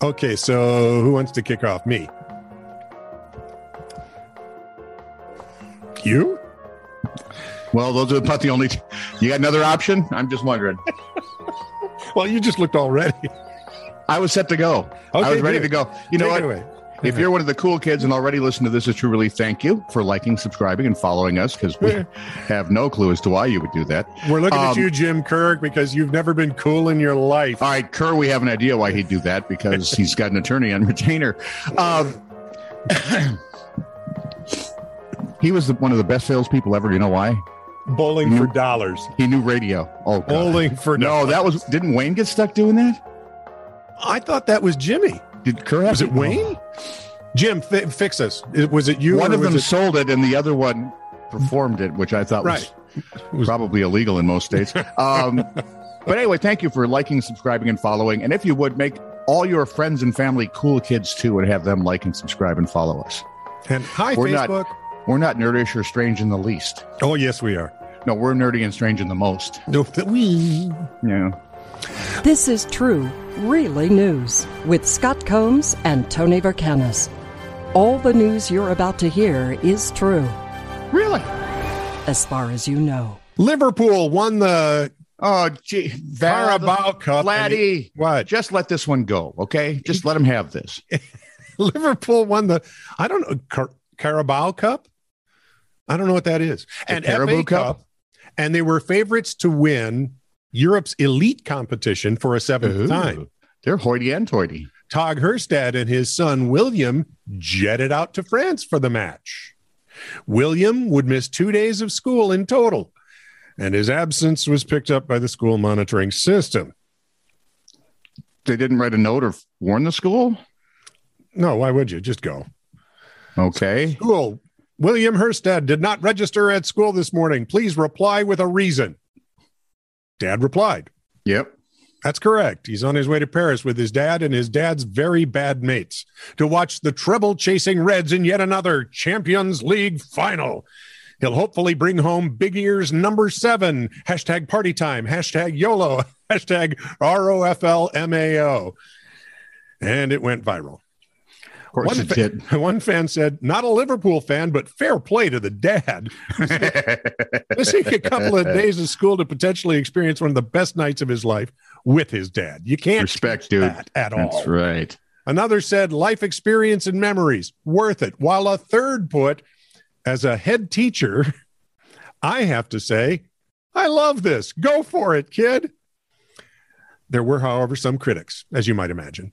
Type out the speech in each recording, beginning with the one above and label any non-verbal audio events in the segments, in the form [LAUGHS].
Okay, so who wants to kick off? Me. You? Well, those are about the only. you got another option? I'm just wondering. Well, you just looked all ready. [LAUGHS] I was set to go. I Okay, was ready good. to go. You know Take what? it away. If you're one of the cool kids and already listen to this, it's true relief. Thank you for liking, subscribing, and following us because [LAUGHS] we have no clue as to why you would do that. We're looking at Um, Uh, you, Jim Kirk, because you've never been cool in your life. All right, Kerr, we have an idea why he'd do that because he's got an attorney on retainer. Um, [COUGHS] he was the, one of the best salespeople ever. You know why? Bowling for dollars. He knew radio. Oh, God. Bowling for mm-hmm. no, dollars. that was didn't Wayne get stuck doing that? I thought that was Jimmy. Did Kerr? Have Was it to- Wayne? Jim, fi- fix us. It- Was it you? One or of was them it- sold it, and the other one performed it, which I thought Right. was probably illegal in [LAUGHS] most states. Um, but anyway, thank you for liking, subscribing, and following. And if you would make all your friends and family cool kids too, and have them like and subscribe and follow us. And hi, We're not- Facebook. We're not nerdish or strange in the least. Oh, yes, we are. No, we're nerdy and strange in the most. No, th- we. Yeah. This is True, Really News with Scott Combs and Tony Vercanis. All the news you're about to hear is true, Really? as far as you know. Liverpool won the Oh, gee. Carabao Cup. and it- Laddie. What? Just let this one go, okay? Just let him have this. [LAUGHS] Liverpool won the, I don't know, Car- Carabao Cup? I don't know what that is. The and Carabao FA Cup. Cup? And they were favorites to win Europe's elite competition for a seventh Ooh. time. They're hoity and toity. Tog Herstad and his son William jetted out to France for the match. William would miss two days of school in total, and his absence was picked up by the school monitoring system. They didn't write a note or warn the school? No, why would you? Just go. Okay. School. William Herstad did not register at school this morning. Please reply with a reason. Dad replied. Yep. That's correct. He's on his way to Paris with his dad and his dad's very bad mates to watch the treble chasing Reds in yet another Champions League final. He'll hopefully bring home Big Ears number seven. Hashtag party time. Hashtag YOLO. [LAUGHS] Hashtag ROFLMAO. And it went viral. [LAUGHS] Of course One, it fa- [LAUGHS] did. one fan said, not a Liverpool fan, but fair play to the dad. Missing a couple of days of school to potentially experience one of the best nights of his life with his dad. You can't Respect, teach dude. that at all. [LAUGHS] That's right. Another said, life experience and memories, worth it. While a third put, as a head teacher, [LAUGHS] I have to say, I love this. Go for it, kid. There were, however, some critics, as you might imagine.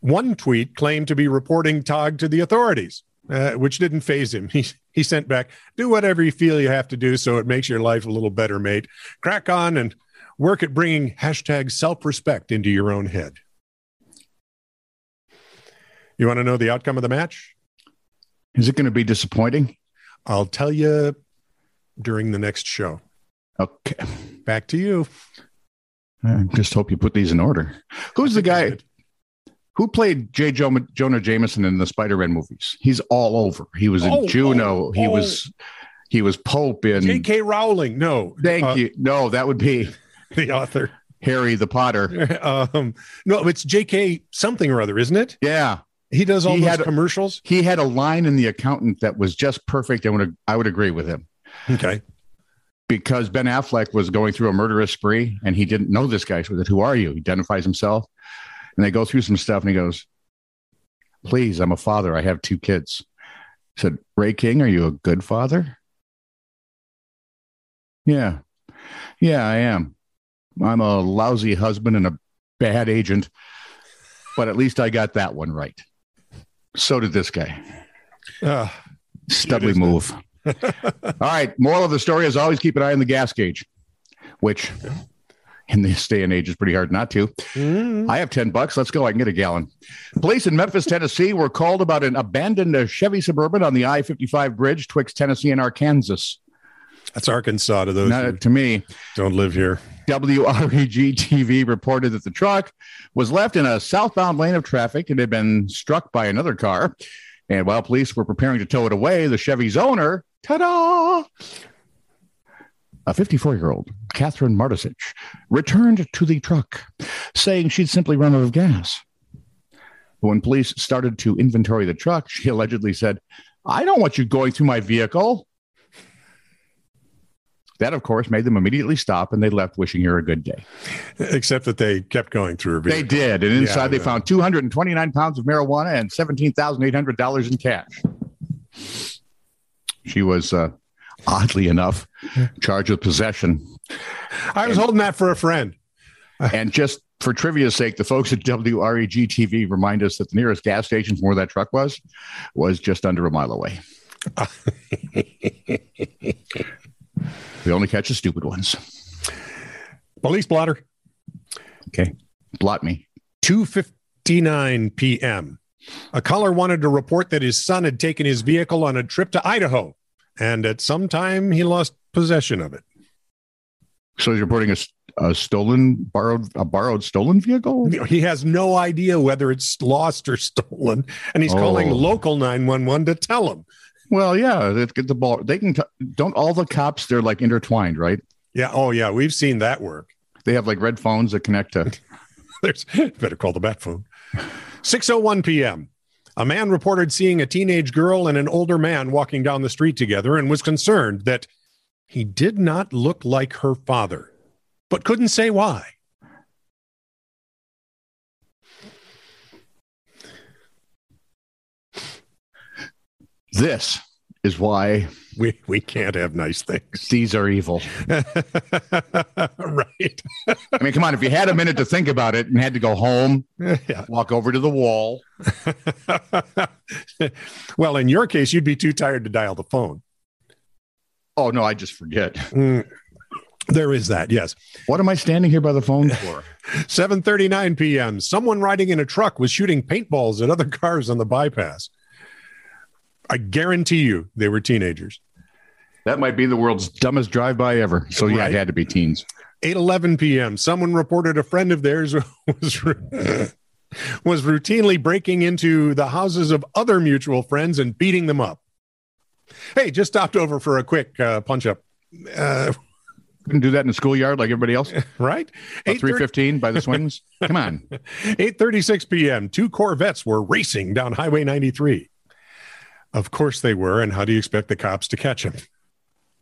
One tweet claimed to be reporting Tog to the authorities, uh, which didn't phase him. [LAUGHS] He, he sent back, Do whatever you feel you have to do so it makes your life a little better, mate. Crack on and work at bringing hashtag self respect into your own head. You want to know the outcome of the match? Is it going to be disappointing? I'll tell you during the next show. Okay. Back to you. I just hope you put these in order. Who's the guy who played J. Jo- Jonah Jameson in the Spider-Man movies? He's all over. He was in Oh, Juno. oh, he oh. was he was Pope in. J.K. Rowling. No, Thank uh, you. No, that would be [LAUGHS] the author. [LAUGHS] Harry the Potter. um, no, it's J.K. something or other, isn't it? Yeah, He does all He those had- commercials. he had a line in the accountant that was just perfect. I would I would agree with him Okay. because Ben Affleck was going through a murderous spree and he didn't know this guy. So that who are you? He identifies himself, and they go through some stuff and he goes, "Please, I'm a father. I have two kids." I said Ray King, "Are you a good father?" Yeah, yeah, I am. I'm a lousy husband and a bad agent, but at least I got that one right. So did this guy. Uh, Studly is that. [LAUGHS] move. All right. Moral of the story is always keep an eye on the gas gauge, which in this day and age is pretty hard not to. mm, I have 10 bucks. Let's go. I can get a gallon. Police in Memphis, Tennessee were called about an abandoned uh, Chevy Suburban on the I 55 bridge twixt Tennessee and Arkansas. that's Arkansas to those who Not to me. don't live here. [LAUGHS] WREG TV reported that the truck was left in a southbound lane of traffic and had been struck by another car. And while police were preparing to tow it away, the Chevy's owner, ta da! A 54 year old, Catherine Martisich, returned to the truck, saying she'd simply run out of gas. But when police started to inventory the truck, she allegedly said, I don't want you going through my vehicle. That, of course, made them immediately stop and they left wishing her a good day. Except that they kept going through her They vehicle. did. And inside, Yeah, they yeah. found 229 pounds of marijuana and $17,800 in cash. She was, uh, oddly enough, charged [LAUGHS] with possession. I was holding that for a friend. And just for trivia's sake, the folks at E WREG TV remind us that the nearest gas station from where that truck was was just under a [LAUGHS] mile away. we only catch the stupid ones. Police blotter. Okay. Blot me. 2:59 p.m. A caller wanted to report that his son had taken his vehicle on a trip to Idaho, and at some time he lost possession of it. So he's reporting a, s- a stolen, borrowed, a borrowed stolen vehicle? He has no idea whether it's lost or stolen, and he's Oh. calling local 911 to tell him. Well, yeah. Let's get the ball. They can, t- don't all the cops, they're like intertwined, right? Yeah, oh yeah, we've seen that work. They have like red phones that connect to. [LAUGHS] There's better call the bat phone. 6:01 p.m. A man reported seeing a teenage girl and an older man walking down the street together and was concerned that he did not look like her father, but couldn't say why. This is why We we can't have nice things. [LAUGHS] these are evil. right. [LAUGHS] I mean, come on. If you had a minute to think about it and had to go home, Yeah. walk over to the wall. well, in your case, you'd be too tired to dial the phone. Oh no, I just forget. Mm. There is that, yes. What am I standing here by the phone for? 7:39 p.m. Someone riding in a truck was shooting paintballs at other [LAUGHS] cars on the bypass. I guarantee you they were teenagers. that might be the world's dumbest drive-by ever. So yeah, Right. it had to be teens. 8:11 p.m. Someone reported a friend of theirs [LAUGHS] was ru- was routinely breaking into the houses of other mutual friends and beating them up. Hey, just stopped over for a quick uh, punch up. Uh, Couldn't do that in the schoolyard like everybody else. right? Three fifteen by the swings. Come on. 8:36 p.m. Two Corvettes were racing down Highway 93. Of course they were, and how do you expect the cops to catch them?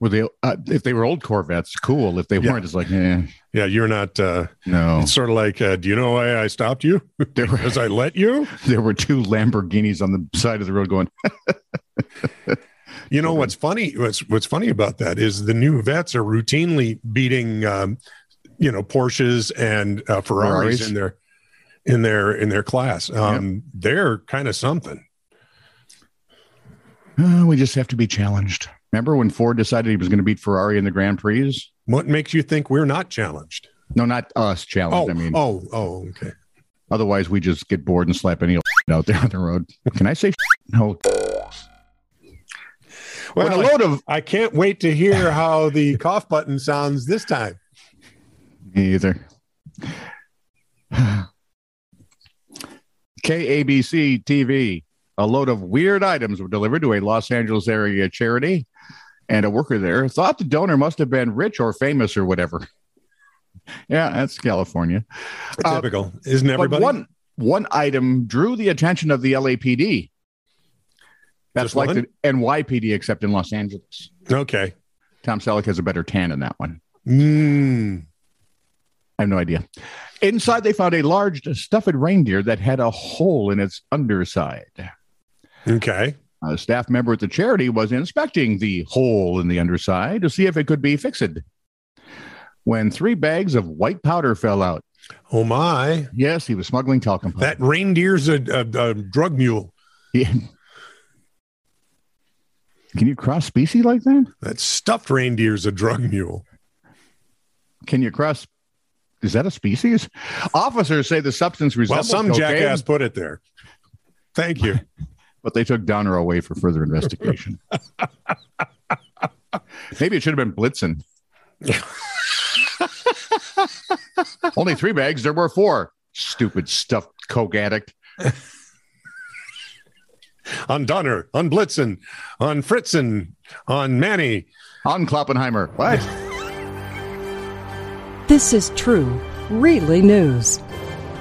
Were they? Uh, if they were old Corvettes, cool. If they Yeah. weren't, it's like, eh, Yeah, you're not. Uh, no. It's sort of like, uh, do you know why I stopped you? There were Because I let you. there were two Lamborghinis on the side of the road going. You know what's funny? What's what's funny about that is the new vets are routinely beating, um, you know, Porsches and uh, Ferraris, Ferraris. in their in their in their class. Um, They're kind of something. "Oh, we just have to be challenged. Remember when Ford decided he was going to beat Ferrari in the Grand Prix? What makes you think we're not challenged? No, not us challenged. Oh, I mean, oh, oh, okay. Otherwise, we just get bored and slap any [LAUGHS] old out there on the road. Can I say [LAUGHS] no? Well, When a load of I can't wait to hear how the [LAUGHS] cough button sounds this time. me either. [SIGHS] KABC TV. A load of weird items were delivered to a Los Angeles area charity, and a worker there thought the donor must have been rich or famous or whatever. [LAUGHS] Yeah, that's California. Uh, Typical, isn't everybody? But one one item drew the attention of the LAPD. That's Just like one? the NYPD, except in Los Angeles. Okay. Tom Selleck has a better tan in that one. Mm. I have no idea. Inside, they found a large stuffed reindeer that had a hole in its underside. Okay. A staff member at the charity was inspecting the hole in the underside to see if it could be fixed. When three bags of white powder fell out. Oh my! Yes, he was smuggling talcum powder. That reindeer's a, a, a drug mule. Yeah. Can you cross species like that? That stuffed reindeer's a drug mule. Can you cross? Is that a species? Officers say the substance Well, resembles some cocaine, jackass put it there. Thank you. but they took Donner away for [LAUGHS] further investigation. Maybe it should have [LAUGHS] been Blitzen. Only three bags. There were four. Stupid stuffed coke addict. on Donner, on Blitzen, on Fritzen, on Manny. On Kloppenheimer. What? This is true, really news.